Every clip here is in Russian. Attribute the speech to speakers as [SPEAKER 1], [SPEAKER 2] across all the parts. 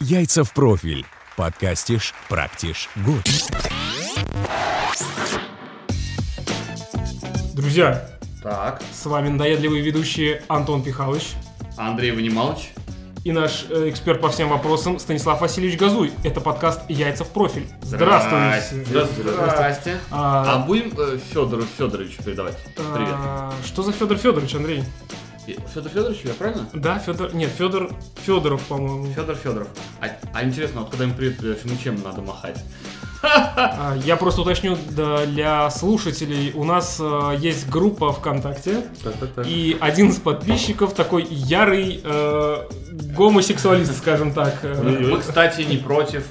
[SPEAKER 1] «Яйца в профиль». Подкастишь, практишь, год.
[SPEAKER 2] Друзья,
[SPEAKER 3] Так,
[SPEAKER 2] с вами надоедливые ведущие Антон Пихалыч
[SPEAKER 3] Андрей Ванималович.
[SPEAKER 2] и наш э, эксперт по всем вопросам Станислав Васильевич Газуй. Это подкаст «Яйца в профиль». Здравствуйте.
[SPEAKER 3] Здравствуйте. Здрасте. А
[SPEAKER 2] А,
[SPEAKER 3] будем э, Федору Федоровичу передавать. Привет.
[SPEAKER 2] а, что за Федор Федорович, Андрей?
[SPEAKER 3] Федор Федорович, я правильно?
[SPEAKER 2] Да, Федор... Нет, Федор Федоров, по-моему.
[SPEAKER 3] Федор Федоров. А, а интересно, вот когда им привет передаешь, ему чем надо махать?
[SPEAKER 2] А, Я просто уточню для слушателей. У нас э, есть группа ВКонтакте, и один из подписчиков такой ярый э, гомосексуалист, скажем так. Э,
[SPEAKER 3] Мы, кстати, не против.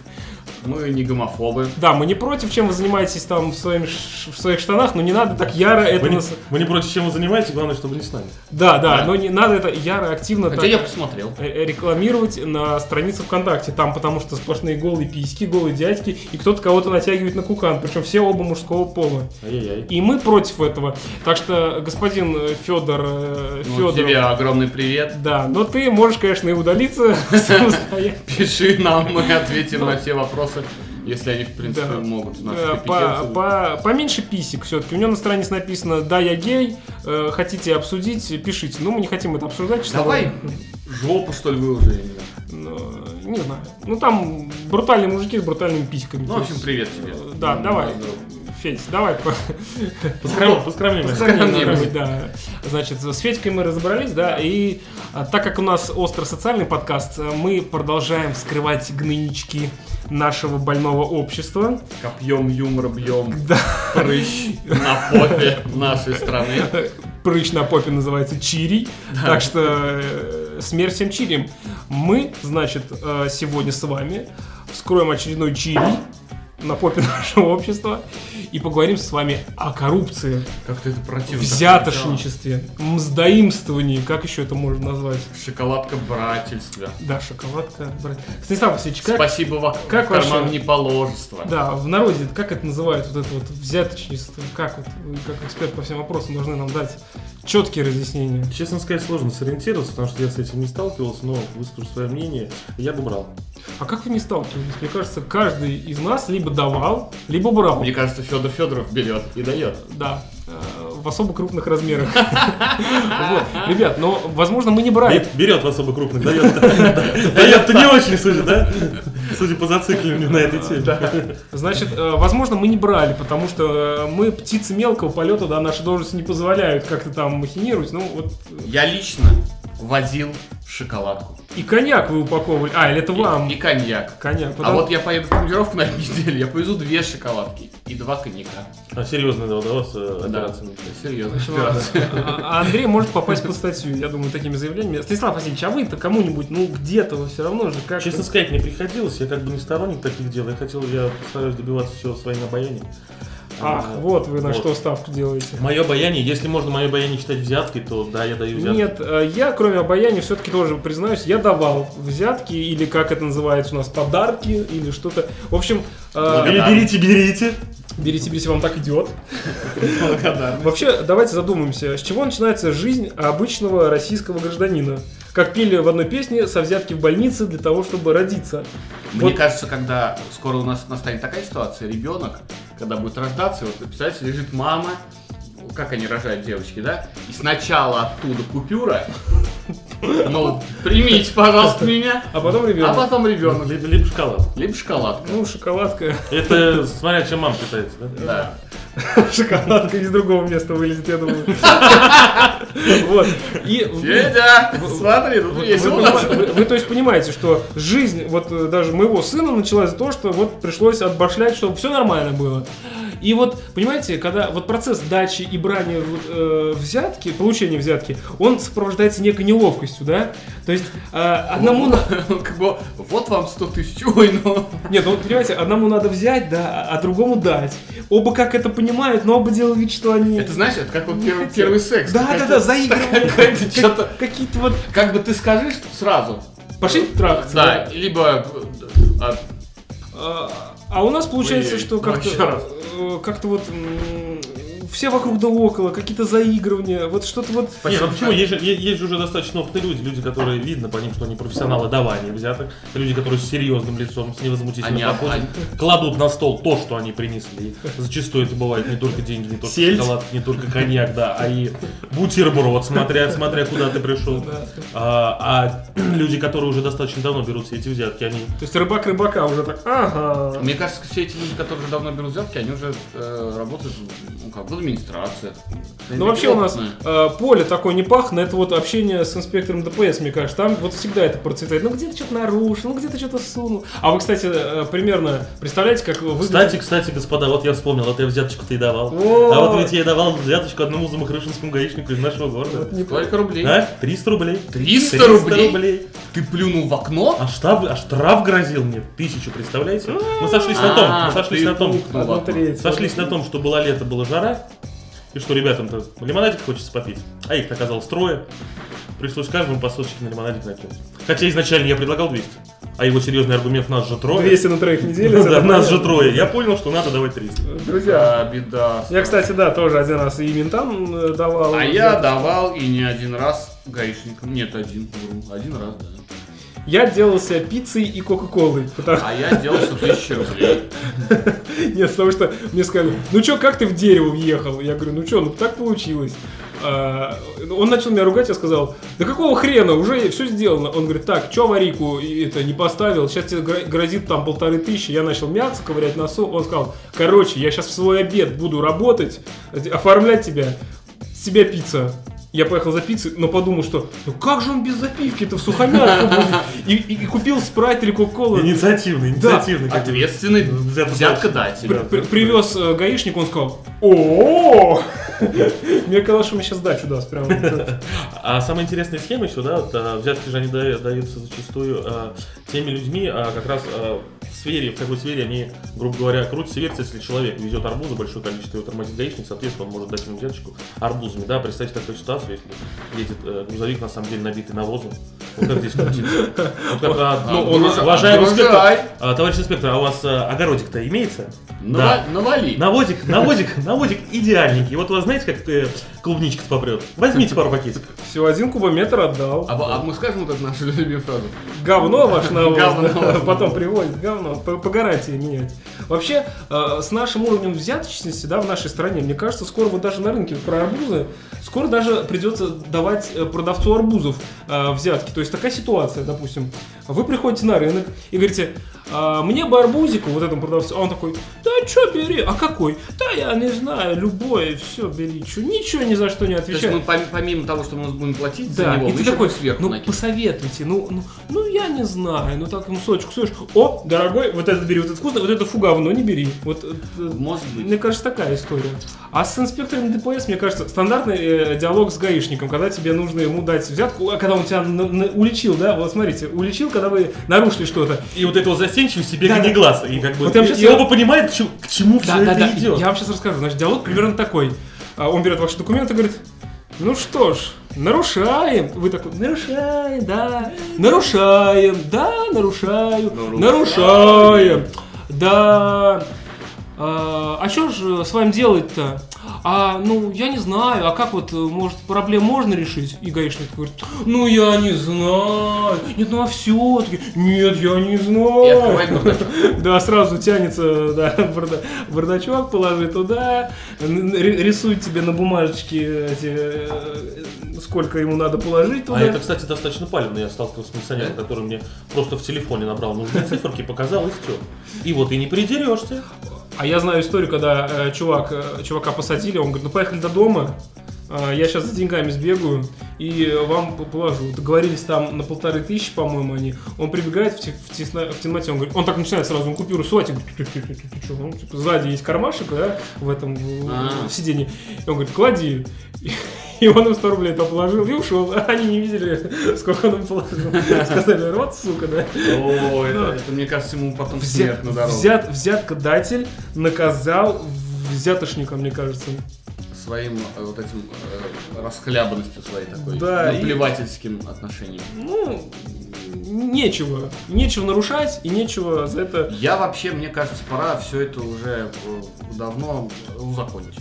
[SPEAKER 3] Мы не гомофобы.
[SPEAKER 2] Да, мы не против, чем вы занимаетесь там в, своим ш- в своих штанах, но не надо так яро это...
[SPEAKER 4] Вы не,
[SPEAKER 2] нас-
[SPEAKER 4] вы не против, чем вы занимаетесь, главное, чтобы не с нами.
[SPEAKER 2] Да, да,
[SPEAKER 3] Да.
[SPEAKER 2] но не надо это яро активно
[SPEAKER 3] Хотя
[SPEAKER 2] так
[SPEAKER 3] я посмотрел.
[SPEAKER 2] э, э, рекламировать на странице ВКонтакте. Там потому что сплошные голые письки, голые дядьки, и кто-то кого-то натягивает на кукан, причем все оба мужского пола.
[SPEAKER 4] Ай-яй-яй.
[SPEAKER 2] И мы против этого. Так что, господин э, Федор...
[SPEAKER 3] Ну, тебе огромный привет.
[SPEAKER 2] Да, но ты можешь, конечно, и удалиться самостоятельно.
[SPEAKER 3] Пиши нам, мы ответим на все вопросы, если они, в принципе,
[SPEAKER 2] Да.
[SPEAKER 3] могут. У нас
[SPEAKER 2] Э, по-
[SPEAKER 3] компетенции.
[SPEAKER 2] по- Поменьше писек все-таки. У него на странице написано «Да, я гей, э, хотите обсудить, пишите». Ну, мы не хотим это обсуждать. честно
[SPEAKER 3] Давай
[SPEAKER 2] говоря.
[SPEAKER 3] жопу, что ли, выложи. я не знаю.
[SPEAKER 2] Ну, Не знаю. Ну, там брутальные мужики с брутальными письками.
[SPEAKER 3] Ну, в общем, привет тебе. Ну,
[SPEAKER 2] Э, да, давай. Федь, давай. по-
[SPEAKER 4] Поскромнее, поскромнее.
[SPEAKER 3] Поскромнее.
[SPEAKER 2] Да. Значит, с Федькой мы разобрались, да, и а, так как у нас остро социальный подкаст, э, мы продолжаем вскрывать гнойнички нашего больного общества.
[SPEAKER 3] Копьем юмора бьем. Прыщ на попе нашей страны.
[SPEAKER 2] Э, Прыщ на попе называется чирий, так что э, смерть всем чирием. Мы, значит, э, сегодня с вами вскроем очередной чирий на попе нашего общества и поговорим с вами о коррупции,
[SPEAKER 3] Как-то это противно.
[SPEAKER 2] взятошничестве, мздоимствовании, как еще это можно назвать?
[SPEAKER 3] Шоколадка брательства.
[SPEAKER 2] Да, шоколадка. брат. Станислав Васильевич, как,
[SPEAKER 3] Спасибо вам.
[SPEAKER 2] как
[SPEAKER 3] Как карман
[SPEAKER 2] ваше-
[SPEAKER 3] неположество.
[SPEAKER 2] да, в народе как это называют, вот это вот взяточничество? Как вот, вы как эксперт по всем вопросам, должны нам дать четкие разъяснения?
[SPEAKER 4] Честно сказать, сложно сориентироваться, потому что я с этим не сталкивался, но выскажу свое мнение. Я бы брал.
[SPEAKER 2] А как вы не сталкивались? Мне кажется, каждый из нас либо давал, либо брал.
[SPEAKER 3] Мне кажется, Федор Федоров берет и дает.
[SPEAKER 2] Да. Э, В особо крупных размерах. Вот. Ребят, но, возможно, мы не брали.
[SPEAKER 4] Бе- Берет в особо крупных, дает. Дает-то не очень, судя, да? Судя по зацикливанию на этой теме.
[SPEAKER 2] Значит, э, возможно, мы не брали, потому что э, мы птицы мелкого полета, да, наши должности не позволяют как-то там махинировать. Ну, вот. э,
[SPEAKER 3] Я лично возил шоколадку.
[SPEAKER 2] И коньяк вы упаковывали. А, или это
[SPEAKER 3] И-
[SPEAKER 2] вам.
[SPEAKER 3] И коньяк.
[SPEAKER 2] Коньяк.
[SPEAKER 3] А
[SPEAKER 2] потому-
[SPEAKER 3] вот я поеду в командировку на этой неделе, я повезу две шоколадки и два коньяка.
[SPEAKER 4] А серьезно, да, у вас э,
[SPEAKER 3] Да,
[SPEAKER 4] операция.
[SPEAKER 3] серьезно.
[SPEAKER 2] Ладно. А- а Андрей может попасть под статью, я думаю, такими заявлениями. Станислав Васильевич, а вы-то кому-нибудь, ну, где-то вы все равно же как
[SPEAKER 4] Честно сказать, не приходилось, я как бы не сторонник таких дел. Я хотел, я стараюсь добиваться всего своим обаянием.
[SPEAKER 2] Ах,
[SPEAKER 4] А,
[SPEAKER 2] вот вы на
[SPEAKER 4] вот.
[SPEAKER 2] что ставку делаете.
[SPEAKER 4] Мое обаяние, если можно мое обаяние считать взяткой, то да, я даю взятки.
[SPEAKER 2] Нет, э, я, кроме обаяния, все-таки тоже признаюсь, я давал взятки, или как это называется у нас, подарки, или что-то. В общем, э,
[SPEAKER 3] Благодар-
[SPEAKER 4] Или берите, берите.
[SPEAKER 2] берите, берите, вам так идет.
[SPEAKER 3] Благодарны.
[SPEAKER 2] Вообще, давайте задумаемся, с чего начинается жизнь обычного российского гражданина? Как пели в одной песне, со взятки в больнице для того, чтобы родиться.
[SPEAKER 3] Мне
[SPEAKER 2] Вот.
[SPEAKER 3] кажется, когда скоро у нас настанет такая ситуация, ребенок, когда будет рождаться, вот представляете, лежит мама, ну, как они рожают девочки, да? И сначала оттуда купюра, ну, примите, пожалуйста, меня,
[SPEAKER 2] А потом
[SPEAKER 3] а
[SPEAKER 2] ребенок.
[SPEAKER 3] потом ребенок,
[SPEAKER 4] Либо, либо шоколад.
[SPEAKER 3] либо шоколадка.
[SPEAKER 2] Ну, шоколадка.
[SPEAKER 4] Это смотря чем мама питается, да?
[SPEAKER 3] Да.
[SPEAKER 2] Шоколадка из другого места вылезет, я думаю. Вот. И вы,
[SPEAKER 3] Федя, смотри, тут есть
[SPEAKER 2] вы
[SPEAKER 3] у нас.
[SPEAKER 2] понима- вы- вы, то есть понимаете, что жизнь вот э, даже моего сына началась за то, что вот пришлось отбашлять, чтобы все нормально было. И вот, понимаете, когда вот процесс дачи и брания вот, э, взятки, получения взятки, он сопровождается некой неловкостью, да? То есть э,
[SPEAKER 3] Ну,
[SPEAKER 2] одному... на-
[SPEAKER 3] Как бы, вот вам 100 тысяч, ой, ну.
[SPEAKER 2] Нет, ну вот, понимаете, одному надо взять, да, а а другому дать. Оба как это понимают, но оба делают вид, что они...
[SPEAKER 3] Это знаешь, это как вот первый,
[SPEAKER 2] хотел.
[SPEAKER 3] первый секс.
[SPEAKER 2] Да, да, да, заигрывание.
[SPEAKER 3] Какая-то чё-то-
[SPEAKER 2] Как- Какие-то вот...
[SPEAKER 3] Как бы ты скажешь сразу.
[SPEAKER 2] Пошли трахаться.
[SPEAKER 3] Да, либо а,
[SPEAKER 2] А а у нас получается,
[SPEAKER 3] Ой-ой,
[SPEAKER 2] что
[SPEAKER 3] ну,
[SPEAKER 2] как-то...
[SPEAKER 3] ещё раз.
[SPEAKER 2] э, Как-то вот... м, все вокруг да около, какие-то заигрывания, вот что-то вот...
[SPEAKER 4] Нет,
[SPEAKER 3] Спасибо.
[SPEAKER 4] ну почему? Есть же, е- есть же уже достаточно опытные люди, люди, которые видно по ним, что они профессионалы давания взяток, люди, которые с серьезным лицом, с невозмутительным
[SPEAKER 3] Они-
[SPEAKER 4] подходом, кладут на стол то, что они принесли. И зачастую это бывает не только деньги, не только
[SPEAKER 2] Сельдь.
[SPEAKER 4] шоколад, не только коньяк, да, а и бутерброд, смотря, смотря куда ты пришел. А, а люди, которые уже достаточно давно берут все эти взятки, они
[SPEAKER 2] То есть рыбак рыбака а уже так, ага.
[SPEAKER 3] Мне кажется, все эти люди, которые уже давно берут взятки, они уже э, работают ну, как, в администрации.
[SPEAKER 2] Ну вообще у нас э, поле такое не пахнет, это вот общение с инспектором ДПС, мне кажется, там вот всегда это процветает. Ну где-то что-то нарушил, ну где-то что-то сунул. А вы, кстати, э, примерно представляете, как вы
[SPEAKER 4] Кстати, кстати, господа, вот я вспомнил, вот я взяточку-то и давал.
[SPEAKER 2] О!
[SPEAKER 4] А вот ведь я и давал взяточку одному замахрышинскому гаишнику из нашего города.
[SPEAKER 3] Сколько рублей?
[SPEAKER 4] А? 300 рублей.
[SPEAKER 3] 300 рублей? Ты плюнул в окно?
[SPEAKER 4] А, штраф, а штраф грозил мне тысячу, представляете? Мы сошлись на том,
[SPEAKER 3] А,
[SPEAKER 4] мы сошлись
[SPEAKER 3] ты
[SPEAKER 4] на том,
[SPEAKER 3] пукнул в
[SPEAKER 2] Одну
[SPEAKER 3] окно.
[SPEAKER 2] треть.
[SPEAKER 4] сошлись на том, что было лето, была жара, и что ребятам-то лимонадик хочется попить, а их оказалось трое. Пришлось каждому по соточке на лимонадик накинуть. Хотя изначально я предлагал 200, а его серьезный аргумент нас же трое.
[SPEAKER 2] 200 Ну, на троих не делится.
[SPEAKER 4] Да,
[SPEAKER 2] это
[SPEAKER 4] нас же
[SPEAKER 2] понятно.
[SPEAKER 4] трое. Я понял, что надо давать 300.
[SPEAKER 2] Друзья,
[SPEAKER 3] А, беда.
[SPEAKER 2] я, кстати, да, тоже один раз и ментам э, давал.
[SPEAKER 3] А
[SPEAKER 2] и
[SPEAKER 3] я
[SPEAKER 2] взятки.
[SPEAKER 3] давал и не один раз гаишникам. Нет, один. вру. Один раз, да.
[SPEAKER 2] Я делал себя пиццей и кока-колой. потому-
[SPEAKER 3] А я делал 100 тысяч рублей.
[SPEAKER 2] Нет, потому что мне сказали, ну чё, как ты в дерево въехал? Я говорю, ну чё, ну так получилось. А, он начал меня ругать, я сказал, да какого хрена, уже все сделано. Он говорит, так, чё аварийку и- это не поставил, сейчас тебе гро- грозит там полторы тысячи. Я начал мяться, ковырять носу. Он сказал, короче, я сейчас в свой обед буду работать, э, оформлять тебя, с тебя пицца. Я поехал за пиццей, но подумал, что ну как же он без запивки-то в сухомятку будет? И, и- и купил спрайт или кока-колу.
[SPEAKER 4] Инициативный,
[SPEAKER 2] Да,
[SPEAKER 4] инициативный. как бы.
[SPEAKER 3] Ответственный
[SPEAKER 4] Взятка-
[SPEAKER 3] взяткодатель.
[SPEAKER 2] При- при- Привез э, гаишник, он сказал, о Мне казалось, что мне сейчас дачу даст прям. вот это.
[SPEAKER 4] А самая интересная схема еще, да, вот, а, взятки же они дают- даются зачастую а, теми людьми, а, как раз а, в сфере, в какой сфере они, грубо говоря, крутятся, вертятся, если человек везет арбузы, большое количество его тормозит гаишник, соответственно, он может дать ему взяточку арбузами, да, представьте такую ситуацию, если едет э, грузовик, на самом деле, набитый навозом, вот как здесь крутится. Вот как, а,
[SPEAKER 3] Ну,
[SPEAKER 4] ну,
[SPEAKER 3] груза-
[SPEAKER 4] уважаемый
[SPEAKER 3] грузай.
[SPEAKER 4] инспектор, а, товарищ инспектор, а у вас а, огородик-то имеется?
[SPEAKER 3] Нава- Навали.
[SPEAKER 4] Наводик, наводик, наводик идеальненький. Вот у вас знаете, как э, клубничка попрет? Возьмите пару пакетиков.
[SPEAKER 2] Все, один кубометр отдал.
[SPEAKER 3] А, в- а мы скажем вот эту нашу любимую фразу?
[SPEAKER 2] Говно ваш навоз.
[SPEAKER 3] Говно
[SPEAKER 2] да,
[SPEAKER 3] ваш
[SPEAKER 2] Потом
[SPEAKER 3] навоз.
[SPEAKER 2] приводит говно. По, по гарантии менять. Вообще, э, с нашим уровнем взяточности, да, в нашей стране, мне кажется, скоро вот даже на рынке вот про арбузы, скоро даже придется давать э, продавцу арбузов э, взятки. То есть такая ситуация, допустим. Вы приходите на рынок и говорите, «А, мне бы арбузику вот этому продавцу. А он такой, да чё бери, а какой? Да я не знаю, любое, все бери. Чё, ничего ни за что не
[SPEAKER 3] То есть
[SPEAKER 2] отвечает.
[SPEAKER 3] мы пом- помимо того, что мы будем платить
[SPEAKER 2] Да,
[SPEAKER 3] за него,
[SPEAKER 2] и
[SPEAKER 3] мы
[SPEAKER 2] ты
[SPEAKER 3] еще
[SPEAKER 2] такой,
[SPEAKER 3] сверху
[SPEAKER 2] ну
[SPEAKER 3] накинем.
[SPEAKER 2] посоветуйте, ну, ну, ну, я не знаю, ну так ему сочек, сочек. О, дорогой, вот это бери, вот это вкусно, вот это фу говно, не бери. Вот, э, э,
[SPEAKER 3] Может быть.
[SPEAKER 2] мне кажется, такая история. А с инспектором ДПС, мне кажется, стандартный э, диалог с гаишником, когда тебе нужно ему дать взятку, а когда он тебя на- на- уличил, да, вот смотрите, уличил, когда вы нарушили что-то.
[SPEAKER 4] И вот этого застенчивости себе
[SPEAKER 2] Да,
[SPEAKER 4] не
[SPEAKER 2] да.
[SPEAKER 4] глаз. И как бы
[SPEAKER 2] Вот я
[SPEAKER 4] и-
[SPEAKER 2] сейчас
[SPEAKER 4] и
[SPEAKER 2] я-
[SPEAKER 4] оба понимают, к чему, к чему
[SPEAKER 2] Да,
[SPEAKER 4] все
[SPEAKER 2] да,
[SPEAKER 4] это
[SPEAKER 2] да.
[SPEAKER 4] идет.
[SPEAKER 2] Я вам сейчас расскажу. Значит, диалог примерно такой. А, Он берет ваши документы и говорит, ну что ж, нарушаем. Вы такой, нарушаем, да, нарушаем, да, нарушаю,
[SPEAKER 3] Нарушаем.
[SPEAKER 2] нарушаем, да. А, а что же с вами делать-то? А, ну, я не знаю, а как вот, э, может, проблем можно решить? И гаишник говорит, ну, я не знаю. Нет, ну, а все-таки, нет, я не знаю.
[SPEAKER 3] И открывает бардачок.
[SPEAKER 2] Да, сразу тянется, да, барда- бардачок, положи туда, н- н- рисует тебе на бумажечке эти, э, сколько ему надо положить туда.
[SPEAKER 4] А это, кстати, достаточно палевно. Я сталкивался с милиционером, который мне просто в телефоне набрал нужные циферки, показал и все. И вот и не придерешься.
[SPEAKER 2] А я знаю историю, когда э, чувак, э, чувака посадили, он говорит, ну поехали до дома, э, я сейчас за деньгами сбегаю и э, вам п- положу. Договорились там на полторы тысячи, по-моему, они. Он прибегает в, те- в тесна- в темноте, он говорит, он так начинает сразу, он купюру суать, и говорит, «Ты- ты- ты- ты- ты чё?» Ну, типа, сзади есть кармашек, да, в этом, в-
[SPEAKER 3] А.
[SPEAKER 2] в сиденье. И он говорит, клади. И он им 100 рублей это положил и ушел. Они не видели, сколько он им положил. Сказали, вот, сука, да.
[SPEAKER 3] О, это,
[SPEAKER 2] Ну,
[SPEAKER 3] это, мне кажется, ему потом
[SPEAKER 2] Взя-
[SPEAKER 3] смерть на дорогу.
[SPEAKER 2] взят, взяткодатель наказал взятошника, мне кажется.
[SPEAKER 3] Своим э, вот этим э, расхлябанностью своей такой,
[SPEAKER 2] Да, и-
[SPEAKER 3] наплевательским отношением.
[SPEAKER 2] Ну, нечего. Нечего нарушать и нечего за это...
[SPEAKER 3] Я вообще, мне кажется, пора все это уже э, давно узаконить.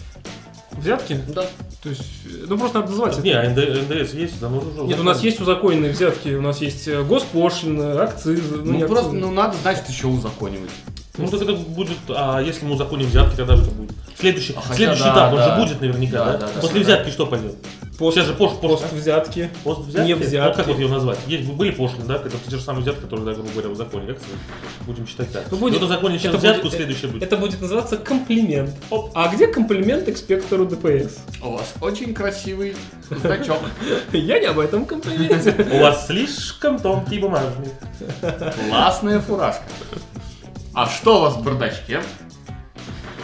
[SPEAKER 2] Взятки?
[SPEAKER 3] Да.
[SPEAKER 2] То есть, э, ну просто надо назвать это.
[SPEAKER 4] Не, а НД- НДС есть, там уже...
[SPEAKER 2] Нет, у нас есть узаконенные взятки, у нас есть э, госпошлина, акцизы. э,
[SPEAKER 3] Ну,
[SPEAKER 2] не
[SPEAKER 3] просто,
[SPEAKER 2] акцизы.
[SPEAKER 3] ну, надо, значит, еще узаконивать.
[SPEAKER 4] Ну так это будет, а если мы узаконим взятки, тогда что будет? Следующий,
[SPEAKER 3] А хотя
[SPEAKER 4] следующий
[SPEAKER 3] да,
[SPEAKER 4] этап, он
[SPEAKER 3] да.
[SPEAKER 4] же будет наверняка,
[SPEAKER 3] Да,
[SPEAKER 4] да?
[SPEAKER 3] да, да,
[SPEAKER 4] После
[SPEAKER 3] да.
[SPEAKER 4] взятки что пойдет?
[SPEAKER 2] Пост-
[SPEAKER 4] Сейчас же пош, пош,
[SPEAKER 2] пост взятки.
[SPEAKER 4] пост взятки?
[SPEAKER 2] Не взятки.
[SPEAKER 4] Ну, как вот ее назвать? Есть, были пошлины, да? Это те же самые взятки, которые, да, грубо говоря, узаконили. Как сказать? Будем считать так.
[SPEAKER 2] Ну, будет-
[SPEAKER 4] Вот узаконили сейчас
[SPEAKER 2] это
[SPEAKER 4] взятку,
[SPEAKER 2] будет- э,
[SPEAKER 4] следующее будет.
[SPEAKER 2] Это будет называться комплимент.
[SPEAKER 4] Оп.
[SPEAKER 2] А где комплимент экспектору ДПС?
[SPEAKER 3] У вас очень красивый значок.
[SPEAKER 2] Я не об этом комплименте.
[SPEAKER 4] У вас слишком тонкий бумажник.
[SPEAKER 3] Классная фуражка. А что у вас в бардачке?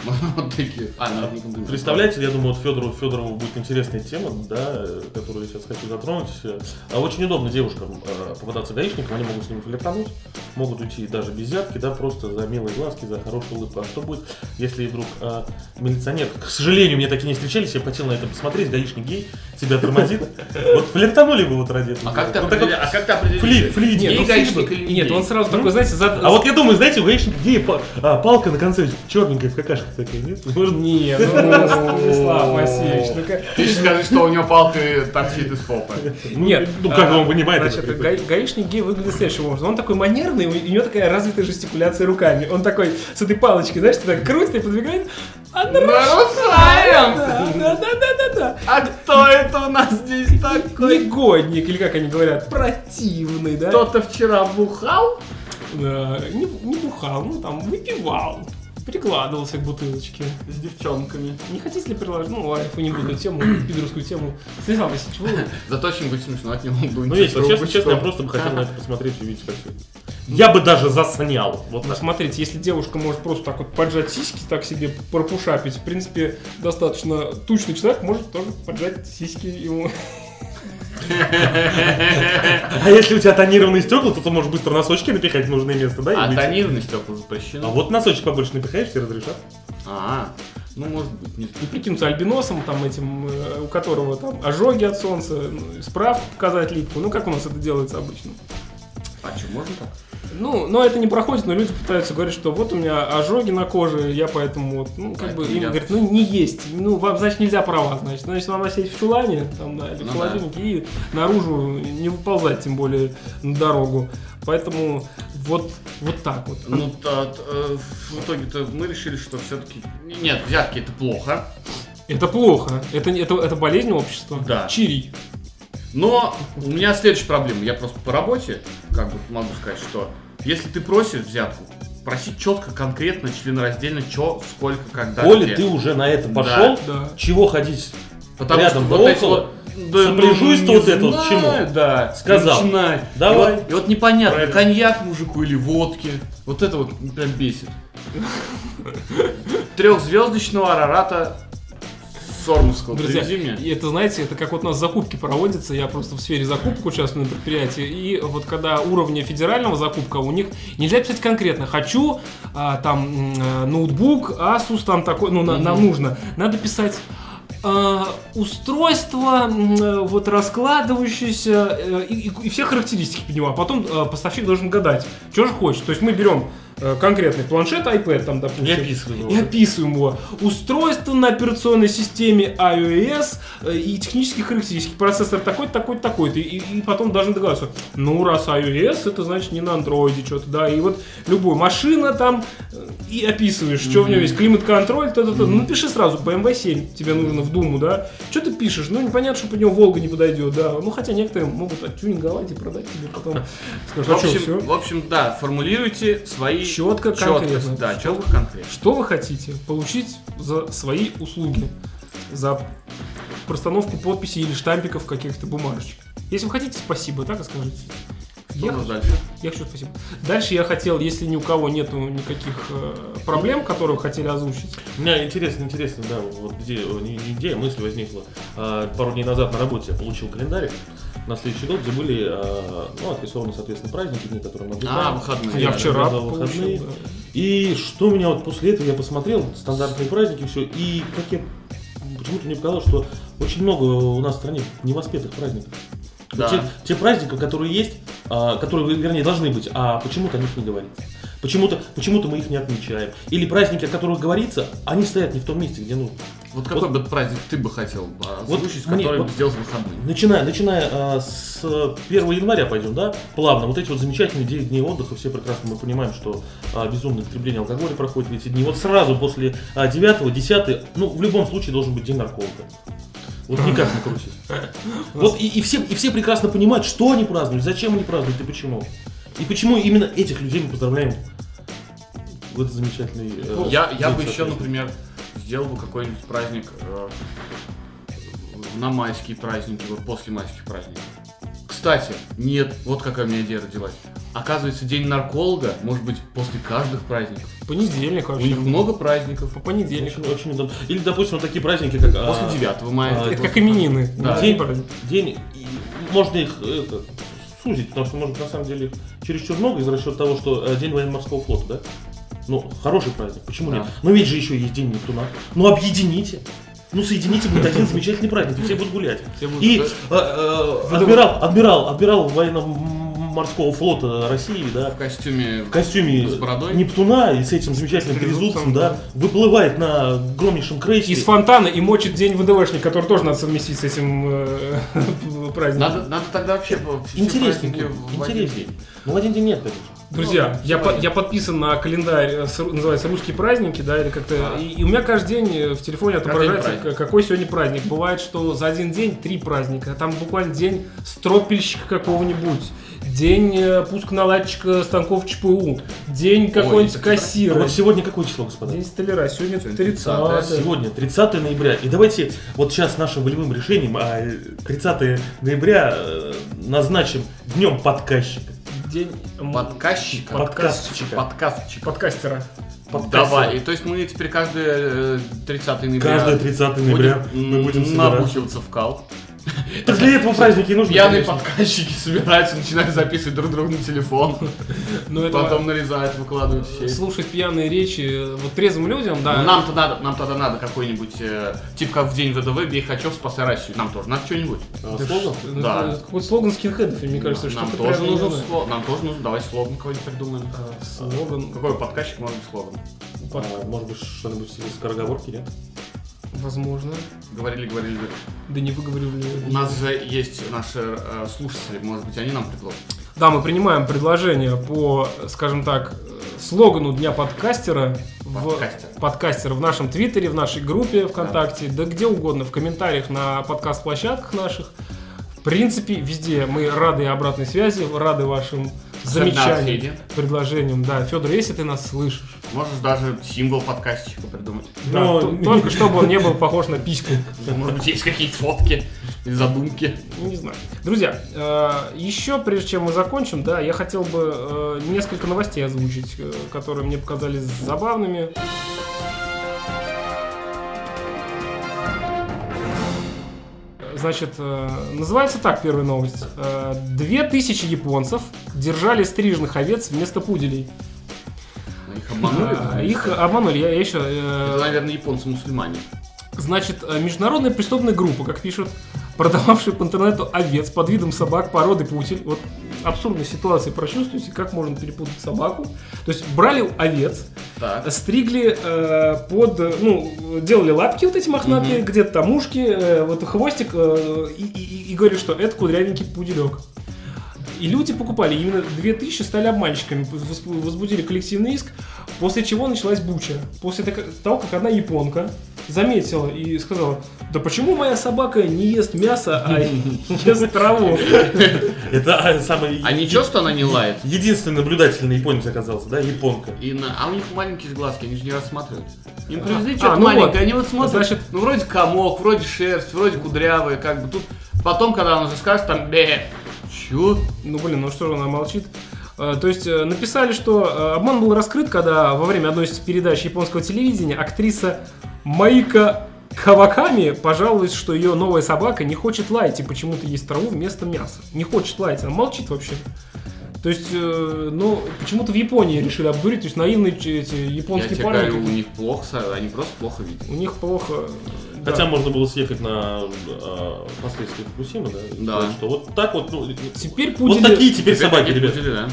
[SPEAKER 3] Вот такие. А, ну, не комплимент.
[SPEAKER 4] Представляете, я думаю, вот Федору Федорову будет интересная тема, да, э, которую я сейчас хочу затронуть. Э, а Очень удобно девушкам э, попадаться гаишникам, они могут с ними флиртануть, могут уйти даже без взятки, да, просто за милые глазки, за хорошую улыбку. А что будет, если вдруг э, милиционер, к сожалению, мне такие не встречались, я хотел на это посмотреть, гаишник гей, тебя тормозит. Вот флиртанули бы вот ради этого.
[SPEAKER 3] А как ты
[SPEAKER 4] Ну, так вот,
[SPEAKER 3] определя- а как ты определишь?
[SPEAKER 4] Флит, флит,
[SPEAKER 2] Нет,
[SPEAKER 4] гей.
[SPEAKER 2] ну,
[SPEAKER 3] гаишник
[SPEAKER 2] флит-
[SPEAKER 3] или
[SPEAKER 2] Нет,
[SPEAKER 3] гей?
[SPEAKER 2] он сразу такой, знаете, за...
[SPEAKER 4] А вот я думаю, знаете, у гаишника гей па- а, палка на конце черненькая в какашках такая, нет? Может,
[SPEAKER 2] Не, ну, Станислав Васильевич,
[SPEAKER 4] ну,
[SPEAKER 2] ну-ка.
[SPEAKER 3] Ты сейчас скажи, что у него палка торчит из попы.
[SPEAKER 2] Нет.
[SPEAKER 4] ну, как
[SPEAKER 2] а,
[SPEAKER 4] он понимает это
[SPEAKER 2] Значит,
[SPEAKER 4] прекрасно.
[SPEAKER 2] га- гаишник гей выглядит следующим образом. Он такой манерный, у у него такая развитая жестикуляция руками. Он такой с этой палочкой, знаешь, так крутит и подвигает. А
[SPEAKER 3] Нарушаем!
[SPEAKER 2] Да-да-да-да-да.
[SPEAKER 3] А кто это у нас здесь такой?
[SPEAKER 2] Негодник, или как они говорят, противный, да?
[SPEAKER 3] Кто-то вчера бухал?
[SPEAKER 2] Да, не, не бухал, ну там выпивал. Прикладывался к бутылочке.
[SPEAKER 3] С девчонками.
[SPEAKER 2] Не хотите ли приложить? Ну, ладно, не буду эту тему, пидорскую тему. Станислав Васильевич, вы
[SPEAKER 3] Зато очень будет смешно от него будет. А,
[SPEAKER 4] Ну, если честно, честно, я просто бы хотел на это посмотреть и увидеть, как все. Я бы даже заснял. Вот
[SPEAKER 2] Ну,
[SPEAKER 4] так.
[SPEAKER 2] смотрите, если девушка может просто так вот поджать сиськи, так себе пропушапить, в принципе, достаточно тучный человек может тоже поджать сиськи ему.
[SPEAKER 4] А если у тебя тонированные стекла, то ты можешь быстро носочки напихать в нужное место, да? и
[SPEAKER 3] А
[SPEAKER 4] выйти.
[SPEAKER 3] тонированный стекла
[SPEAKER 4] А
[SPEAKER 3] запрещено.
[SPEAKER 4] вот носочек побольше напихаешь, тебе разрешат.
[SPEAKER 3] А, ну может быть, не
[SPEAKER 2] И прикинуться альбиносом, там этим, э, у которого там ожоги от солнца, ну, справку показать липку. Ну, как у нас это делается обычно?
[SPEAKER 3] А что, можно так?
[SPEAKER 2] Ну, но это не проходит, но люди пытаются говорить, что вот у меня ожоги на коже, я поэтому вот, ну, как
[SPEAKER 3] А,
[SPEAKER 2] бы,
[SPEAKER 3] это
[SPEAKER 2] им
[SPEAKER 3] я.
[SPEAKER 2] говорят, ну, не есть, ну, вам, значит, нельзя права, значит, значит, вам надо сидеть в чулане, там, да, или
[SPEAKER 3] Ну
[SPEAKER 2] в холодильнике, и наружу не выползать, тем более, на дорогу, поэтому вот, вот так вот.
[SPEAKER 3] Ну, та- т- э, в итоге-то мы решили, что все-таки... Нет, взятки это плохо.
[SPEAKER 2] Это плохо, это, не- это, это болезнь общества.
[SPEAKER 3] Да.
[SPEAKER 2] Чири.
[SPEAKER 3] Но у меня следующая проблема. Я просто по работе, как бы могу сказать, что если ты просишь взятку, проси четко, конкретно, членораздельно, что, сколько, когда, где.
[SPEAKER 4] Коли ты уже на это пошел,
[SPEAKER 2] Да.
[SPEAKER 4] чего ходить?
[SPEAKER 3] Потому
[SPEAKER 4] рядом,
[SPEAKER 3] что
[SPEAKER 4] да ну,
[SPEAKER 3] вот эти
[SPEAKER 4] около,
[SPEAKER 3] вот- да, ну,
[SPEAKER 4] сопряжусь-то
[SPEAKER 3] не
[SPEAKER 4] вот это вот
[SPEAKER 3] знаю,
[SPEAKER 4] чему.
[SPEAKER 3] Да,
[SPEAKER 4] Сказал.
[SPEAKER 3] Начинай.
[SPEAKER 4] Давай.
[SPEAKER 3] И вот, и вот непонятно,
[SPEAKER 4] Правильно.
[SPEAKER 3] коньяк мужику или водки. Вот это вот прям бесит. Трехзвездочного Арарата Сормовского.
[SPEAKER 2] Друзья,
[SPEAKER 3] Привези мне.
[SPEAKER 2] и это, знаете, это как вот у нас закупки проводятся, я просто в сфере закупок участвую на предприятии, и вот когда уровня федерального закупка, у них нельзя писать конкретно, хочу а, там м, а, ноутбук, Asus там такой, ну, на- нам
[SPEAKER 3] Мгм.
[SPEAKER 2] нужно. Надо писать а, устройство, м, э, вот раскладывающееся, э, и, и- и все характеристики под него, а потом э, поставщик должен гадать, что же хочет. То есть мы берем э, конкретный планшет, iPad там, допустим,
[SPEAKER 4] Я описываю его.
[SPEAKER 2] и описываем его. Устройство на операционной системе iOS э, и технические характеристики. Процессор такой-то, такой-то, такой-то. И, и потом должны догадаться, ну, раз iOS, это значит не на андроиде что-то, да. И вот любая машина там, э, и описываешь, что в нем есть, климат-контроль, то-то-то. Ну, напиши сразу, BMW 7 тебе нужно в Думу, да. Что ты пишешь? Ну, непонятно, что под него Волга не подойдет, да. Ну, хотя некоторые могут оттюнинговать и продать тебе потом.
[SPEAKER 3] В
[SPEAKER 2] Скажешь, а что,
[SPEAKER 3] общем,
[SPEAKER 2] все?
[SPEAKER 3] в общем, да, формулируйте свои...
[SPEAKER 2] Чётко, конкретно.
[SPEAKER 3] Да, четко, конкретно.
[SPEAKER 2] Что вы хотите получить за свои услуги? За простановку подписи или штампиков каких-то бумажечек. Если вы хотите, спасибо, так и скажите.
[SPEAKER 3] Что
[SPEAKER 2] Я,
[SPEAKER 3] у нас дальше?
[SPEAKER 2] я хочу спасибо. Дальше я хотел, если ни у кого нету никаких э, проблем, которые вы хотели озвучить.
[SPEAKER 4] У меня интересно, интересно, да, вот где, о, не, не идея, мысль возникла. А, пару дней назад на работе я получил календарик на следующий год, где были, а, ну, отрисованы, соответственно, праздники, дни, которые мы
[SPEAKER 3] А,
[SPEAKER 4] отдыхаем.
[SPEAKER 3] выходные.
[SPEAKER 2] Я
[SPEAKER 4] да,
[SPEAKER 2] вчера
[SPEAKER 4] да, выходные.
[SPEAKER 2] получил. да.
[SPEAKER 4] И что меня вот после этого я посмотрел, стандартные праздники, все, и как я почему-то мне показалось, что очень много у нас в стране невоспетых праздников.
[SPEAKER 3] Да.
[SPEAKER 4] Те, те праздники, которые есть, а, которые, вернее, должны быть, а почему-то о них не говорится. Почему-то почему мы их не отмечаем. Или праздники, о которых говорится, они стоят не в том месте, где нужно.
[SPEAKER 3] Вот какой бы праздник ты бы хотел а,
[SPEAKER 4] Вот
[SPEAKER 3] озвучить,
[SPEAKER 4] мне-
[SPEAKER 3] который бы
[SPEAKER 4] вот-
[SPEAKER 3] сделал выходным?
[SPEAKER 4] Начиная, начиная а, с 1 января пойдем, да, плавно. Вот эти вот замечательные 9 дней отдыха, все прекрасно мы понимаем, что а, безумное потребление алкоголя проходит в эти дни. Вот сразу после а, 9, 10, ну, в любом случае должен быть день нарколога. Вот никак не крутить. Вот и, и все, и все прекрасно понимают, что они празднуют, зачем они празднуют и почему. И почему именно этих людей мы поздравляем в этот замечательный... э,
[SPEAKER 3] Я, я
[SPEAKER 4] день
[SPEAKER 3] бы еще,
[SPEAKER 4] соответствия.
[SPEAKER 3] например, сделал бы какой-нибудь праздник э, на майские праздники, вот после майских праздников. Кстати, нет, вот какая у меня идея родилась. Оказывается, день нарколога может быть после каждых праздников.
[SPEAKER 2] Понедельник
[SPEAKER 3] У
[SPEAKER 2] вообще.
[SPEAKER 3] них много праздников.
[SPEAKER 2] По понедельникам.
[SPEAKER 4] Очень, очень удобно. Или, допустим, вот такие праздники, как... а,
[SPEAKER 3] После 9 мая.
[SPEAKER 4] а,
[SPEAKER 2] Это как именины.
[SPEAKER 3] Да.
[SPEAKER 2] День
[SPEAKER 4] День,
[SPEAKER 2] праздник.
[SPEAKER 4] день, и можно их э, это, сузить, потому что может на самом деле их чересчур много из за расчет того, что э, День военно-морского флота, да? Ну, хороший праздник, почему
[SPEAKER 3] Да.
[SPEAKER 4] нет? Но ведь же еще есть День Нептуна. Ну, объедините. Ну, соедините, будет один замечательный праздник, и все будут гулять.
[SPEAKER 2] Все будут
[SPEAKER 4] И
[SPEAKER 3] гулять.
[SPEAKER 4] э, э, адмирал, адмирал, адмирал военно-морского флота России, да,
[SPEAKER 3] В костюме
[SPEAKER 4] в костюме
[SPEAKER 3] С бородой.
[SPEAKER 4] Нептуна и с этим замечательным
[SPEAKER 2] С трезубцем,
[SPEAKER 4] трезубцем, да, выплывает на огромнейшем крейсере.
[SPEAKER 2] Из фонтана и мочит день ВДВшник, который тоже надо совместить с этим э, праздником.
[SPEAKER 3] Надо, надо тогда вообще по- все
[SPEAKER 4] Интереснее
[SPEAKER 3] праздники
[SPEAKER 4] будет,
[SPEAKER 3] в один
[SPEAKER 4] интереснее.
[SPEAKER 3] день.
[SPEAKER 4] Ну, в один день нет, конечно.
[SPEAKER 2] Друзья,
[SPEAKER 3] Ну,
[SPEAKER 2] я, по-
[SPEAKER 3] понятно.
[SPEAKER 2] я подписан на календарь, э, с- называется «Русские праздники», да, или как-то...
[SPEAKER 3] А.
[SPEAKER 2] И, и у меня каждый день э, в телефоне
[SPEAKER 3] Каждый
[SPEAKER 2] отображается,
[SPEAKER 3] день праздник.
[SPEAKER 2] к- какой сегодня праздник. Бывает, что за один день три праздника. Там буквально день стропильщика какого-нибудь, день э, пуск-наладчика станков ЧПУ, день какого-нибудь
[SPEAKER 3] это круто.
[SPEAKER 4] А
[SPEAKER 2] кассира,
[SPEAKER 4] вот сегодня какое число, господа?
[SPEAKER 2] день столяра. Сегодня
[SPEAKER 3] Сегодня
[SPEAKER 2] 30
[SPEAKER 4] Сегодня 30 ноября. И давайте вот сейчас нашим волевым решением а, э, 30 ноября э, назначим днем подкастчика.
[SPEAKER 2] день м,
[SPEAKER 3] Подкастчика.
[SPEAKER 4] Подкастчика.
[SPEAKER 3] Подкастчика.
[SPEAKER 2] подкастера.
[SPEAKER 3] Давай. И то есть мы теперь каждый э, 30 ноября.
[SPEAKER 4] Каждое 30 ноября мы будем собираться.
[SPEAKER 3] набухиваться в кал.
[SPEAKER 4] Так для этого праздники и нужны.
[SPEAKER 3] Пьяные
[SPEAKER 4] конечно.
[SPEAKER 3] подкастчики собираются, начинают записывать друг друга на телефон,
[SPEAKER 2] Но Ну, это
[SPEAKER 3] потом нарезают, выкладывают все. это.
[SPEAKER 2] слушать пьяные речи э, вот трезвым людям, да.
[SPEAKER 3] Ну, Нам-то надо, нам тогда надо какой-нибудь, э, типа как в день ВДВ, бей Хачев, спасай Россию. Нам тоже надо что-нибудь.
[SPEAKER 4] А, Сложно?
[SPEAKER 2] Ну,
[SPEAKER 3] Да.
[SPEAKER 2] это Какой-то слоган скинхедов, и мне кажется, что
[SPEAKER 3] нам
[SPEAKER 2] это
[SPEAKER 3] тоже
[SPEAKER 2] прям, я не
[SPEAKER 3] нужен
[SPEAKER 2] знаю.
[SPEAKER 3] сло- Нам тоже нужен, давай слоган какой-нибудь придумаем.
[SPEAKER 2] А, Слоган.
[SPEAKER 3] Какой подкастчик может быть слоган?
[SPEAKER 2] Под-
[SPEAKER 4] А, Может быть, что-нибудь из скороговорки, нет?
[SPEAKER 2] Возможно.
[SPEAKER 3] Говорили, говорили, говорили.
[SPEAKER 2] Да не выговорю.
[SPEAKER 3] У нас же есть наши э, слушатели, может быть, они нам предложат.
[SPEAKER 2] Да, мы принимаем предложение по, скажем так, э, слогану Дня подкастера. В...
[SPEAKER 3] Подкастер.
[SPEAKER 2] подкастера в нашем твиттере, в нашей группе ВКонтакте, да, где угодно, в комментариях на подкаст-площадках наших. В принципе, везде мы рады обратной связи, рады вашим замечаниям,
[SPEAKER 3] Аркадия.
[SPEAKER 2] предложениям. Да, Федор, если ты нас слышишь,
[SPEAKER 3] Можешь даже символ подкастчика придумать.
[SPEAKER 2] да,
[SPEAKER 4] Но-
[SPEAKER 3] Ну,
[SPEAKER 2] то- только чтобы он не был похож на письку.
[SPEAKER 3] Может быть, есть какие-то фотки и задумки.
[SPEAKER 2] Не знаю. Друзья, э, еще прежде чем мы закончим, да, я хотел бы э, несколько новостей озвучить, э, которые мне показались забавными. Значит, э, называется так первая новость. Э, Две тысячи японцев держали стрижных овец вместо пуделей.
[SPEAKER 3] Ну, Их обманули.
[SPEAKER 2] А,
[SPEAKER 3] потому
[SPEAKER 2] Их
[SPEAKER 3] что-
[SPEAKER 2] обманули. Я, я еще...
[SPEAKER 3] Это,
[SPEAKER 2] э,
[SPEAKER 3] наверное, японцы-мусульмане.
[SPEAKER 2] Значит, э, международная преступная группа, как пишут, продававшая по интернету овец под видом собак породы путель. Вот абсурдная ситуация, прочувствуйте, как можно перепутать собаку. То есть брали овец,
[SPEAKER 3] Так.
[SPEAKER 2] стригли э, под, э, ну, делали лапки вот эти мохнатые, где-то там ушки, э, вот хвостик, э, и, и- и говорили, что это кудрявенький пуделек. И люди покупали, именно 2000 стали обманщиками, Воз- возбудили коллективный иск, после чего началась буча. После так- того, как одна японка заметила и сказала, да почему моя собака не ест мясо, а ест траву?
[SPEAKER 4] Это а, самый...
[SPEAKER 3] А ничего, что она не лает?
[SPEAKER 4] Единственный наблюдательный японец оказался, да, японка.
[SPEAKER 3] И на- А у них маленькие же глазки, они же не рассматривают. Им
[SPEAKER 2] А,
[SPEAKER 3] привезли
[SPEAKER 2] а,
[SPEAKER 3] что-то
[SPEAKER 2] ну
[SPEAKER 3] маленькое,
[SPEAKER 2] вот.
[SPEAKER 3] они вот смотрят,
[SPEAKER 2] Значит-
[SPEAKER 3] ну вроде комок, вроде шерсть, вроде кудрявые, как бы тут... Потом, когда он уже скажет, там... «Э, Чё?
[SPEAKER 2] Ну блин, ну что же она молчит? Э, То есть э, написали, что э, обман был раскрыт, когда во время одной из передач японского телевидения актриса Маика Каваками пожаловалась, что ее новая собака не хочет лаять и почему-то есть траву вместо мяса. Не хочет лаять, она молчит вообще. То есть, э, ну, почему-то в Японии решили обдурить, то есть наивные ч- эти
[SPEAKER 3] Я
[SPEAKER 2] японские
[SPEAKER 3] тебе
[SPEAKER 2] парни.
[SPEAKER 3] говорю, у них плохо, со- они просто плохо видят.
[SPEAKER 2] У них плохо. э, да.
[SPEAKER 4] Хотя можно было съехать на э, последствия Фукусимы, да? и
[SPEAKER 3] Да.
[SPEAKER 4] сказать, Что вот так вот, ну,
[SPEAKER 2] Теперь
[SPEAKER 4] Вот
[SPEAKER 2] пудели...
[SPEAKER 4] такие теперь
[SPEAKER 3] Теперь
[SPEAKER 4] собаки,
[SPEAKER 3] такие
[SPEAKER 4] ребят.
[SPEAKER 3] пудели, да?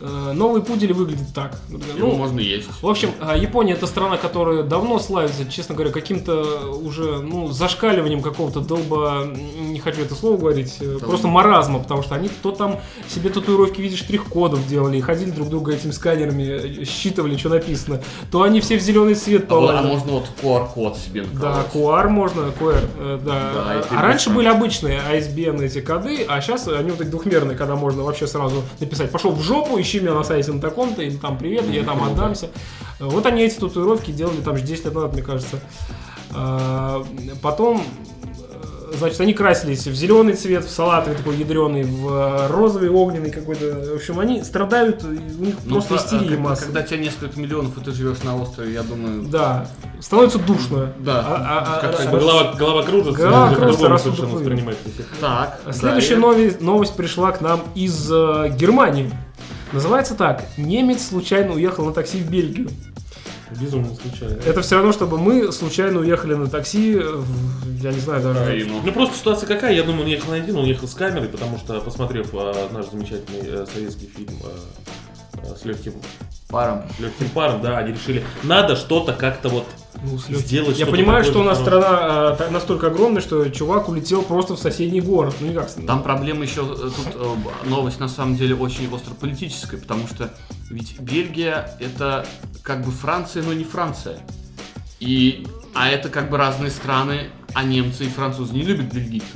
[SPEAKER 2] э, новый пудель выглядит так.
[SPEAKER 3] Его
[SPEAKER 2] Ну,
[SPEAKER 3] можно есть.
[SPEAKER 2] в общем, а, Япония это страна, которая давно славится, честно говоря, каким-то уже, ну, зашкаливанием какого-то долба, не хочу это слово говорить, э,
[SPEAKER 3] Да.
[SPEAKER 2] просто маразма, потому что они то там себе татуировки в виде штрих-кодов делали, и ходили друг друга этими сканерами, э, считывали, что написано, то они все в зеленый цвет
[SPEAKER 3] А, вот- а
[SPEAKER 2] по-моему.
[SPEAKER 3] можно вот QR-код себе
[SPEAKER 2] Да,
[SPEAKER 3] наколоть.
[SPEAKER 2] QR можно, QR, э, да.
[SPEAKER 3] Да, и
[SPEAKER 2] а
[SPEAKER 3] переписать.
[SPEAKER 2] раньше были обычные ISBN эти коды, а сейчас они вот эти двухмерные, когда можно вообще сразу написать. Пошел в жопу, ищи меня на сайте на таком-то, или там привет, я там
[SPEAKER 3] Круто.
[SPEAKER 2] отдамся. Э, Вот они эти татуировки делали там же 10 лет назад, мне кажется. А, Потом, э, значит, они красились в зеленый цвет, в салатовый такой ядреный, в э, розовый огненный какой-то. В общем, они страдают, и у них
[SPEAKER 3] Ну,
[SPEAKER 2] просто
[SPEAKER 3] про- а,
[SPEAKER 2] истерия
[SPEAKER 3] как-
[SPEAKER 2] масса.
[SPEAKER 3] Когда тебя несколько миллионов, и ты живешь на острове, я думаю...
[SPEAKER 2] Да, становится душно.
[SPEAKER 3] Да.
[SPEAKER 2] А- а- а-
[SPEAKER 3] Как-то
[SPEAKER 2] а-
[SPEAKER 3] Раз-
[SPEAKER 4] Голова, голова кружится,
[SPEAKER 2] Голова
[SPEAKER 4] уже
[SPEAKER 2] кружится,
[SPEAKER 4] по-другому
[SPEAKER 2] раз
[SPEAKER 4] совершенно
[SPEAKER 2] удупло.
[SPEAKER 4] воспринимаете эти
[SPEAKER 2] А
[SPEAKER 3] Так.
[SPEAKER 2] Следующая
[SPEAKER 3] далее.
[SPEAKER 2] нови- новость пришла к нам из э, Германии. Называется так. Немец случайно уехал на такси в Бельгию.
[SPEAKER 4] Безумно случайно.
[SPEAKER 2] Это все равно, чтобы мы случайно уехали на такси, э, в- я не знаю даже...
[SPEAKER 3] Украину.
[SPEAKER 4] Ну просто ситуация какая, я думаю, он ехал не один, он ехал с камерой, потому что, посмотрев а, наш замечательный э, советский фильм а, а, с легким,
[SPEAKER 3] Паром.
[SPEAKER 4] легким паром, да, они решили, надо что-то как-то вот
[SPEAKER 2] Ну, слёт.
[SPEAKER 4] сделать.
[SPEAKER 2] Я
[SPEAKER 4] что-то
[SPEAKER 2] понимаю,
[SPEAKER 4] такое
[SPEAKER 2] что у нас
[SPEAKER 4] здоровое.
[SPEAKER 2] страна э, та- настолько огромная, что чувак улетел просто в соседний город. Ну никак.
[SPEAKER 3] Там проблема еще, э, тут э, б- новость на самом деле очень острополитическая, потому что ведь Бельгия это как бы Франция, но не Франция. И, а это как бы разные страны, а немцы и французы не любят бельгийцев.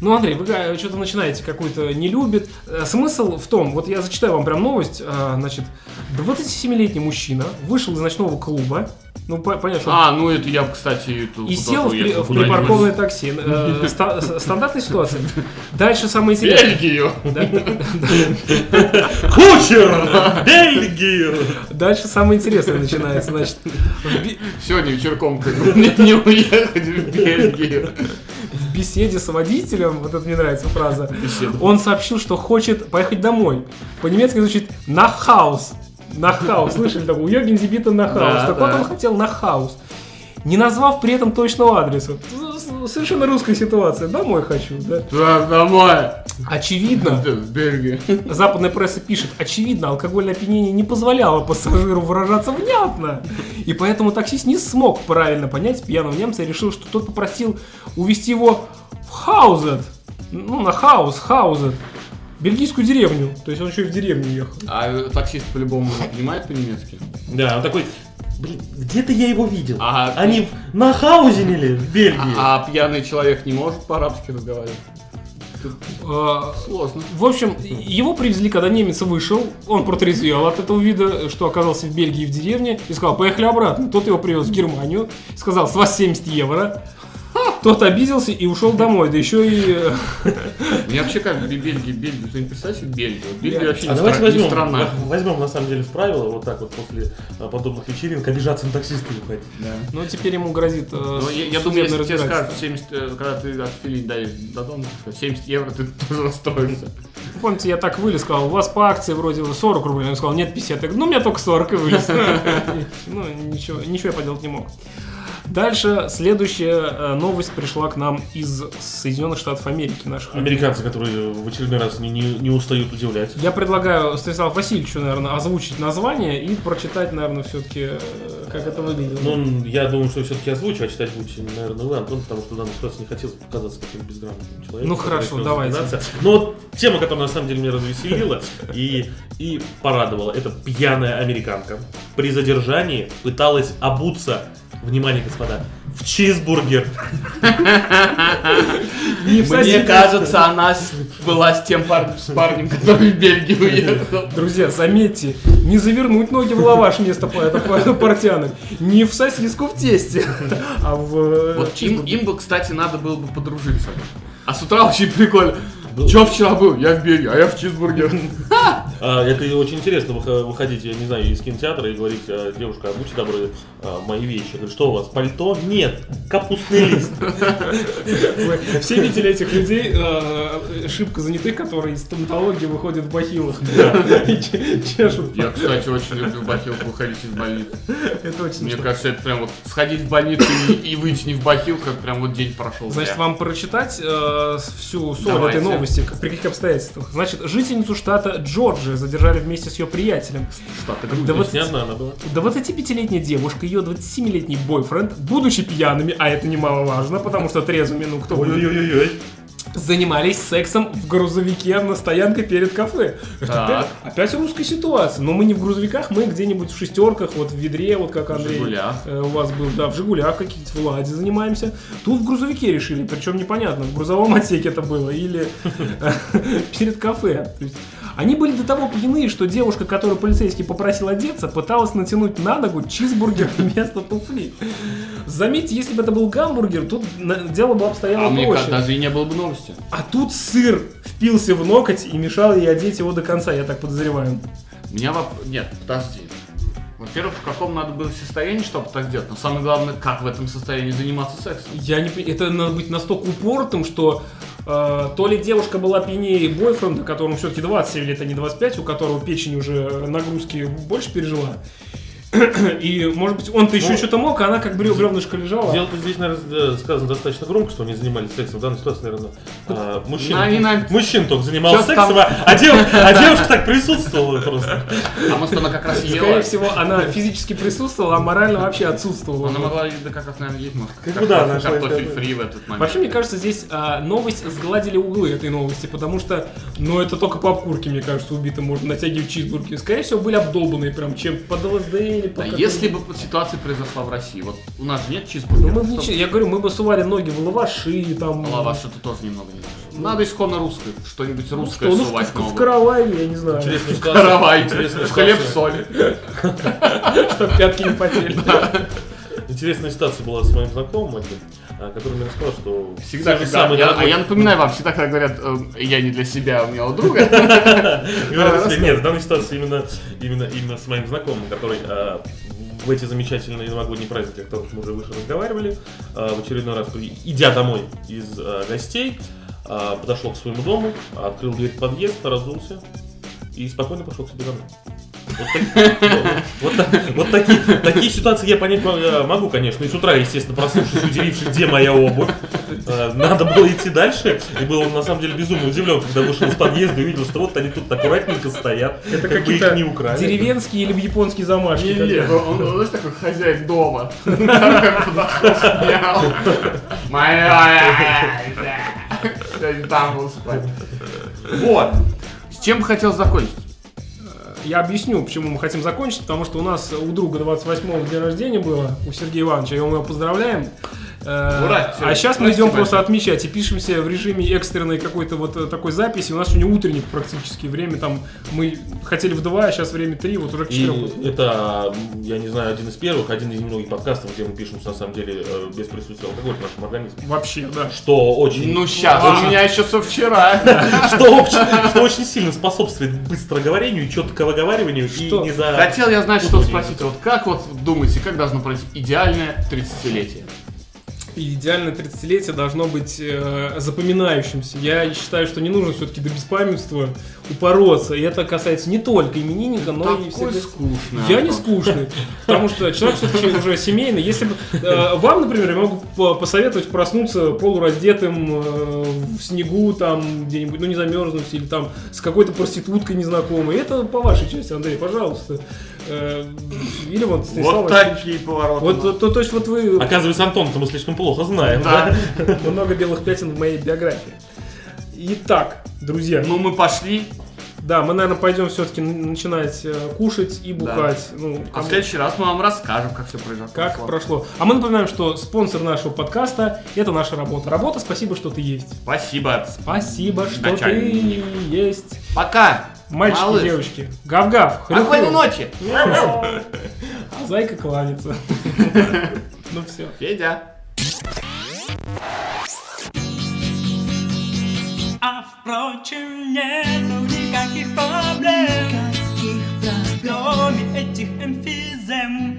[SPEAKER 2] Ну, Андрей, вы э, что-то начинаете, какую-то не любит. Э, Смысл в том, вот я зачитаю вам прям новость, э, значит, 27-летний мужчина вышел из ночного клуба, ну, по- понятно, что он
[SPEAKER 3] А, ну это я, кстати, тут
[SPEAKER 2] И сел в, при- в
[SPEAKER 3] гулять
[SPEAKER 2] припаркованное такси. Э, ста- с- Стандартная ситуация. Дальше самое
[SPEAKER 3] в
[SPEAKER 2] интересное.
[SPEAKER 3] Бельгию!
[SPEAKER 4] Кучер! Бельгию!
[SPEAKER 2] Дальше самое интересное начинается. Значит, в, бе-
[SPEAKER 3] Сегодня вечерком как бы мне не уехать в Бельгию.
[SPEAKER 2] в беседе с водителем, вот это мне нравится фраза,
[SPEAKER 3] Беседа.
[SPEAKER 2] он сообщил, что хочет поехать домой. По-немецки звучит на хаус. На хаус. Слышали такое? У Йоги Зибита на хаус.
[SPEAKER 3] Да,
[SPEAKER 2] так вот
[SPEAKER 3] да.
[SPEAKER 2] он хотел на хаус. Не назвав при этом точного адреса. С- с- Совершенно русская ситуация. Домой хочу, да.
[SPEAKER 3] Так, домой!
[SPEAKER 2] Очевидно,
[SPEAKER 3] Ты В Бельгию.
[SPEAKER 2] Западная пресса пишет, очевидно, алкогольное опьянение не позволяло пассажиру выражаться внятно. И поэтому таксист не смог правильно понять пьяного немца и решил, что тот попросил увезти его в Хаузет. Ну, на Хаус, Хаузет. Бельгийскую деревню. То есть он еще и в деревню ехал.
[SPEAKER 3] А таксист по-любому понимает по-немецки?
[SPEAKER 4] Да, он такой, блин, где-то я его видел.
[SPEAKER 3] А-
[SPEAKER 4] Они в нахаузенили в Бельгии.
[SPEAKER 3] А, а пьяный человек не может по-арабски разговаривать?
[SPEAKER 2] Э,
[SPEAKER 3] Сложно.
[SPEAKER 2] В общем, его привезли, когда немец вышел, он протрезвел от этого вида, что оказался в Бельгии в деревне, и сказал, поехали обратно. Тот его привез в Германию, сказал, с вас 70 евро. Тот обиделся и ушел домой, да еще и... э,
[SPEAKER 3] Мне вообще как бы Бельгия, Бельгия, ты не представь себе Бельгию. Бельгия
[SPEAKER 2] Нет.
[SPEAKER 3] вообще не,
[SPEAKER 4] А давайте
[SPEAKER 3] стра- не
[SPEAKER 4] возьмем,
[SPEAKER 3] страна.
[SPEAKER 4] в- возьмем на самом деле в правило вот так вот после а, подобных вечеринок обижаться на таксиста не уходить.
[SPEAKER 2] Ну, теперь ему грозит... э,
[SPEAKER 3] Но Ну, я,
[SPEAKER 2] судебное
[SPEAKER 3] я думаю, если тебе
[SPEAKER 2] разбирательство.
[SPEAKER 3] скажут, 70, э, когда ты от Фили даешь до дома, так сказать, 70 евро, ты тоже расстроишься.
[SPEAKER 2] Помните, я так вылез, сказал, у вас по акции вроде 40 рублей. Он сказал, нет, 50. Я говорю, ну, у меня только 40 и вылез. Ну, ничего, ничего я поделать не мог. Дальше следующая э, новость пришла к нам из Соединенных Штатов Америки, наших
[SPEAKER 4] Американцы, которые в очередной раз не, не, не устают удивлять.
[SPEAKER 2] Я предлагаю Станиславу Васильевичу, наверное, озвучить название и прочитать, наверное, все-таки, как это выглядело.
[SPEAKER 4] Ну, я думаю, что все-таки озвучу, а читать будете, наверное, вы, Антон, потому что в данной ситуации не хотелось показаться каким безграмотным человеком.
[SPEAKER 2] Ну,
[SPEAKER 4] который
[SPEAKER 2] хорошо,
[SPEAKER 4] хотел
[SPEAKER 2] давайте.
[SPEAKER 4] запинаться. Но вот тема, которая на самом деле меня развеселила и, и порадовала, это пьяная американка при задержании пыталась обуться, внимание, господа, в чизбургер.
[SPEAKER 2] Не в
[SPEAKER 3] Мне
[SPEAKER 2] соседней-
[SPEAKER 3] кажется, она с- была с тем пар- с парнем, который в Бельгию уехал.
[SPEAKER 2] Друзья, заметьте, не завернуть ноги в лаваш вместо па- это па- портянок, не в сосиску в тесте, а в... э,
[SPEAKER 3] Вот им,
[SPEAKER 2] чизбургер.
[SPEAKER 3] им бы, кстати, надо было бы подружиться. А с утра очень прикольно. Че вчера был? Я в Бельгии, а я в Чизбурге.
[SPEAKER 4] А, Это и очень интересно, выхо- выходить, я не знаю, из кинотеатра и говорить, а, девушка, а будьте добры, а, мои вещи. Я говорю, что у вас, пальто? Нет, капустный лист.
[SPEAKER 2] Вы Все видели этих людей, э, шибко занятых, которые из стоматологии выходят в бахилах и че- чешут.
[SPEAKER 3] Я, кстати, очень люблю бахилку выходить из больницы.
[SPEAKER 2] Это очень
[SPEAKER 3] Мне
[SPEAKER 2] смешно.
[SPEAKER 3] кажется, это прям вот сходить в больницу и, и выйти не в бахилках, прям вот день прошел.
[SPEAKER 2] Значит,
[SPEAKER 3] зря.
[SPEAKER 2] вам прочитать э, всю соль
[SPEAKER 3] Давайте.
[SPEAKER 2] этой новости, как- при каких обстоятельствах. Значит, жительницу штата Джорджии задержали вместе с ее приятелем.
[SPEAKER 3] Штаты Грузии.
[SPEAKER 2] Да
[SPEAKER 4] То
[SPEAKER 2] вот-
[SPEAKER 4] есть не одна она была.
[SPEAKER 2] 25-летняя девушка, ее 27-летний бойфренд, будучи пьяными, а это немаловажно, потому что трезвыми, ну кто будет,
[SPEAKER 4] Ой-ой-ой-ой.
[SPEAKER 2] занимались сексом в грузовике на стоянке перед кафе. Это
[SPEAKER 3] Так.
[SPEAKER 2] опять, опять русская ситуация. Но мы не в грузовиках, мы где-нибудь в шестерках, вот в ведре, вот как Андрей.
[SPEAKER 3] «Жигулях».
[SPEAKER 2] э, У вас был, да, в Жигулях какие-то, в Ладе занимаемся. Тут в грузовике решили, причем непонятно, в грузовом отсеке это было или э, перед кафе. То есть Они были до того пьяны, что девушка, которую полицейский попросил одеться, пыталась натянуть на ногу чизбургер вместо туфли. Заметьте, если бы это был гамбургер, тут на- дело бы обстояло
[SPEAKER 3] А мне
[SPEAKER 2] проще.
[SPEAKER 3] кажется, даже и не было бы новости.
[SPEAKER 2] А тут сыр впился в ноготь и мешал ей одеть его до конца, я так подозреваю.
[SPEAKER 3] У меня вопрос... Нет, подожди. Во-первых, в каком надо было состоянии, чтобы так делать? Но самое главное, как в этом состоянии заниматься сексом?
[SPEAKER 2] Я не пон- это надо быть настолько упортым, что э, то ли девушка была пьянее бойфренда, которому все-таки 27 лет, а не 25, у которого печень уже э, нагрузки больше пережила. И, может быть, он-то еще
[SPEAKER 4] Ну,
[SPEAKER 2] что-то мог, а она как брё- бревнышко лежала.
[SPEAKER 4] Дело-то здесь, наверное, сказано достаточно громко, что они занимались сексом. В данной ситуации, наверное, а, мужчин,
[SPEAKER 3] На- и на-
[SPEAKER 4] мужчин только занимался
[SPEAKER 3] Чё
[SPEAKER 4] сексом,
[SPEAKER 3] там?
[SPEAKER 4] а, а дев- а девушка так присутствовала просто.
[SPEAKER 3] А может, она как раз
[SPEAKER 2] Скорее
[SPEAKER 3] ела?
[SPEAKER 2] всего, она физически присутствовала, а морально вообще отсутствовала.
[SPEAKER 3] Она могла, да как раз, наверное, есть, может,
[SPEAKER 4] куда
[SPEAKER 3] картофель,
[SPEAKER 4] нашлась,
[SPEAKER 3] картофель
[SPEAKER 4] да, да.
[SPEAKER 3] фри в этот момент.
[SPEAKER 2] Вообще, мне кажется, здесь а, новость сгладили углы этой новости, потому что, ну, это только по обкурке, мне кажется, убито можно натягивать чизбурки. Скорее всего, были обдолбанные прям чем под ЛСД или
[SPEAKER 3] А
[SPEAKER 2] под...
[SPEAKER 3] если бы ситуация произошла в России? Вот у нас же нет
[SPEAKER 2] Ну,
[SPEAKER 3] чизбургера.
[SPEAKER 2] мы бы ничего, я говорю, мы бы сували ноги в лаваши, там...
[SPEAKER 3] А что-то тоже немного не нашел. Надо исконно русское, что-нибудь
[SPEAKER 2] ну,
[SPEAKER 3] русское
[SPEAKER 2] что, ну,
[SPEAKER 3] сувать
[SPEAKER 2] в, в
[SPEAKER 3] новое.
[SPEAKER 2] каравай, я не знаю,
[SPEAKER 4] Интересная ситуация.
[SPEAKER 3] Каравай,
[SPEAKER 4] Интересная
[SPEAKER 3] в хлеб
[SPEAKER 4] ситуация.
[SPEAKER 3] соли.
[SPEAKER 2] чтобы пятки не потели.
[SPEAKER 4] Интересная ситуация была с моим знакомым, одним, а, который мне рассказал, что
[SPEAKER 3] Всегда,
[SPEAKER 4] тот же
[SPEAKER 3] всегда.
[SPEAKER 4] самый
[SPEAKER 3] Я- а
[SPEAKER 4] дорогой-
[SPEAKER 3] я напоминаю вам, всегда, когда говорят, эм, я не для себя, у меня у друга,
[SPEAKER 4] Говорят,
[SPEAKER 3] Да,
[SPEAKER 4] если-
[SPEAKER 3] да,
[SPEAKER 4] нет, в данной ситуации именно, именно, именно с моим знакомым, который а, в эти замечательные новогодние праздники, о которых мы уже выше разговаривали, а, в очередной раз, при- идя домой из а, гостей, а, подошел к своему дому, открыл дверь в подъезд, разулся и спокойно пошел к себе домой. Вот, так- вот так- вот такие, такие ситуации я понять мо- э, могу, конечно. И с утра, естественно, проснувшись, удивившись, где моя обувь, э, надо было идти дальше. И был он на самом деле безумно удивлен, когда вышел из подъезда и увидел, что вот они тут аккуратненько стоят,
[SPEAKER 2] Это
[SPEAKER 4] как бы
[SPEAKER 2] какие-то
[SPEAKER 4] их не украли.
[SPEAKER 2] деревенские или японские замашки. как бы.
[SPEAKER 3] Типа, он, он, знаешь, такой хозяин дома. Мяу. Моя, да. Я не там был спать. Вот. С чем бы хотел закончить?
[SPEAKER 2] Я объясню, почему мы хотим закончить, потому что у нас у друга 28-го день рождения было, у Сергея Ивановича, и мы его поздравляем. Э,
[SPEAKER 3] Ура, Сергей,
[SPEAKER 2] а сейчас мы
[SPEAKER 3] спасибо.
[SPEAKER 2] идем просто отмечать и пишемся в режиме экстренной какой-то вот э, такой записи. У нас сегодня утренник практически, время там, мы хотели в 2, а сейчас время 3, вот уже к 4.
[SPEAKER 4] И это, м, я не знаю, один из первых, один из немногих подкастов, где мы пишемся на самом деле э, без присутствия алкоголя в нашем организме.
[SPEAKER 2] Вообще, да.
[SPEAKER 4] Что очень
[SPEAKER 3] Ну, сейчас, у меня еще со вчера.
[SPEAKER 4] Что очень, что очень сильно способствует быстроговорению, и четкому выговариванию
[SPEAKER 2] Что?
[SPEAKER 4] и не за...
[SPEAKER 3] Хотел я знать, что
[SPEAKER 4] Удобнее.
[SPEAKER 3] спросить. Вот как вот думаете, как должно пройти идеальное 30-летие?
[SPEAKER 2] И идеально 30-летие должно быть э, запоминающимся. Я считаю, что не нужно все-таки до беспамятства упороться. И это касается не только именинника,
[SPEAKER 3] Ну,
[SPEAKER 2] но и всех
[SPEAKER 3] Такой
[SPEAKER 2] гостей.
[SPEAKER 3] скучный.
[SPEAKER 2] Я
[SPEAKER 3] Антон.
[SPEAKER 2] не скучный, потому что человек все-таки уже семейный. Если бы э, вам, например, я могу по- посоветовать проснуться полураздетым э, в снегу, там где-нибудь, ну не замерзнуть, или там с какой-то проституткой незнакомой. Это по вашей части, Андрей, пожалуйста. Э, Или вот Станислав
[SPEAKER 3] Вот
[SPEAKER 2] Васильевич.
[SPEAKER 3] такие повороты.
[SPEAKER 2] Вот, то, то- то есть вот вы
[SPEAKER 4] Оказывается, Антон-то мы слишком плохо знаем, да?
[SPEAKER 3] Да.
[SPEAKER 2] много белых пятен в моей биографии. Итак, друзья,
[SPEAKER 3] Ну мы пошли,
[SPEAKER 2] да, мы, наверное, пойдем все-таки начинать э, кушать и
[SPEAKER 3] Да.
[SPEAKER 2] бухать. Ну,
[SPEAKER 3] а в
[SPEAKER 2] кому-
[SPEAKER 3] следующий раз мы вам расскажем, как все произошло.
[SPEAKER 2] Как прошло. А мы напоминаем, что спонсор нашего подкаста – это наша работа. Работа, спасибо, что ты есть.
[SPEAKER 3] Спасибо.
[SPEAKER 2] Спасибо, что
[SPEAKER 3] Начальник.
[SPEAKER 2] ты есть.
[SPEAKER 3] Пока.
[SPEAKER 2] Мальчики,
[SPEAKER 3] малыш.
[SPEAKER 2] девочки, гав-гав, хрю-хрю.
[SPEAKER 3] Спокойной ночи.
[SPEAKER 2] А зайка кланяется. Ну все.
[SPEAKER 3] Федя.
[SPEAKER 5] А впрочем, нету никаких проблем
[SPEAKER 6] Никаких проблем.
[SPEAKER 5] Кроме этих эмфизем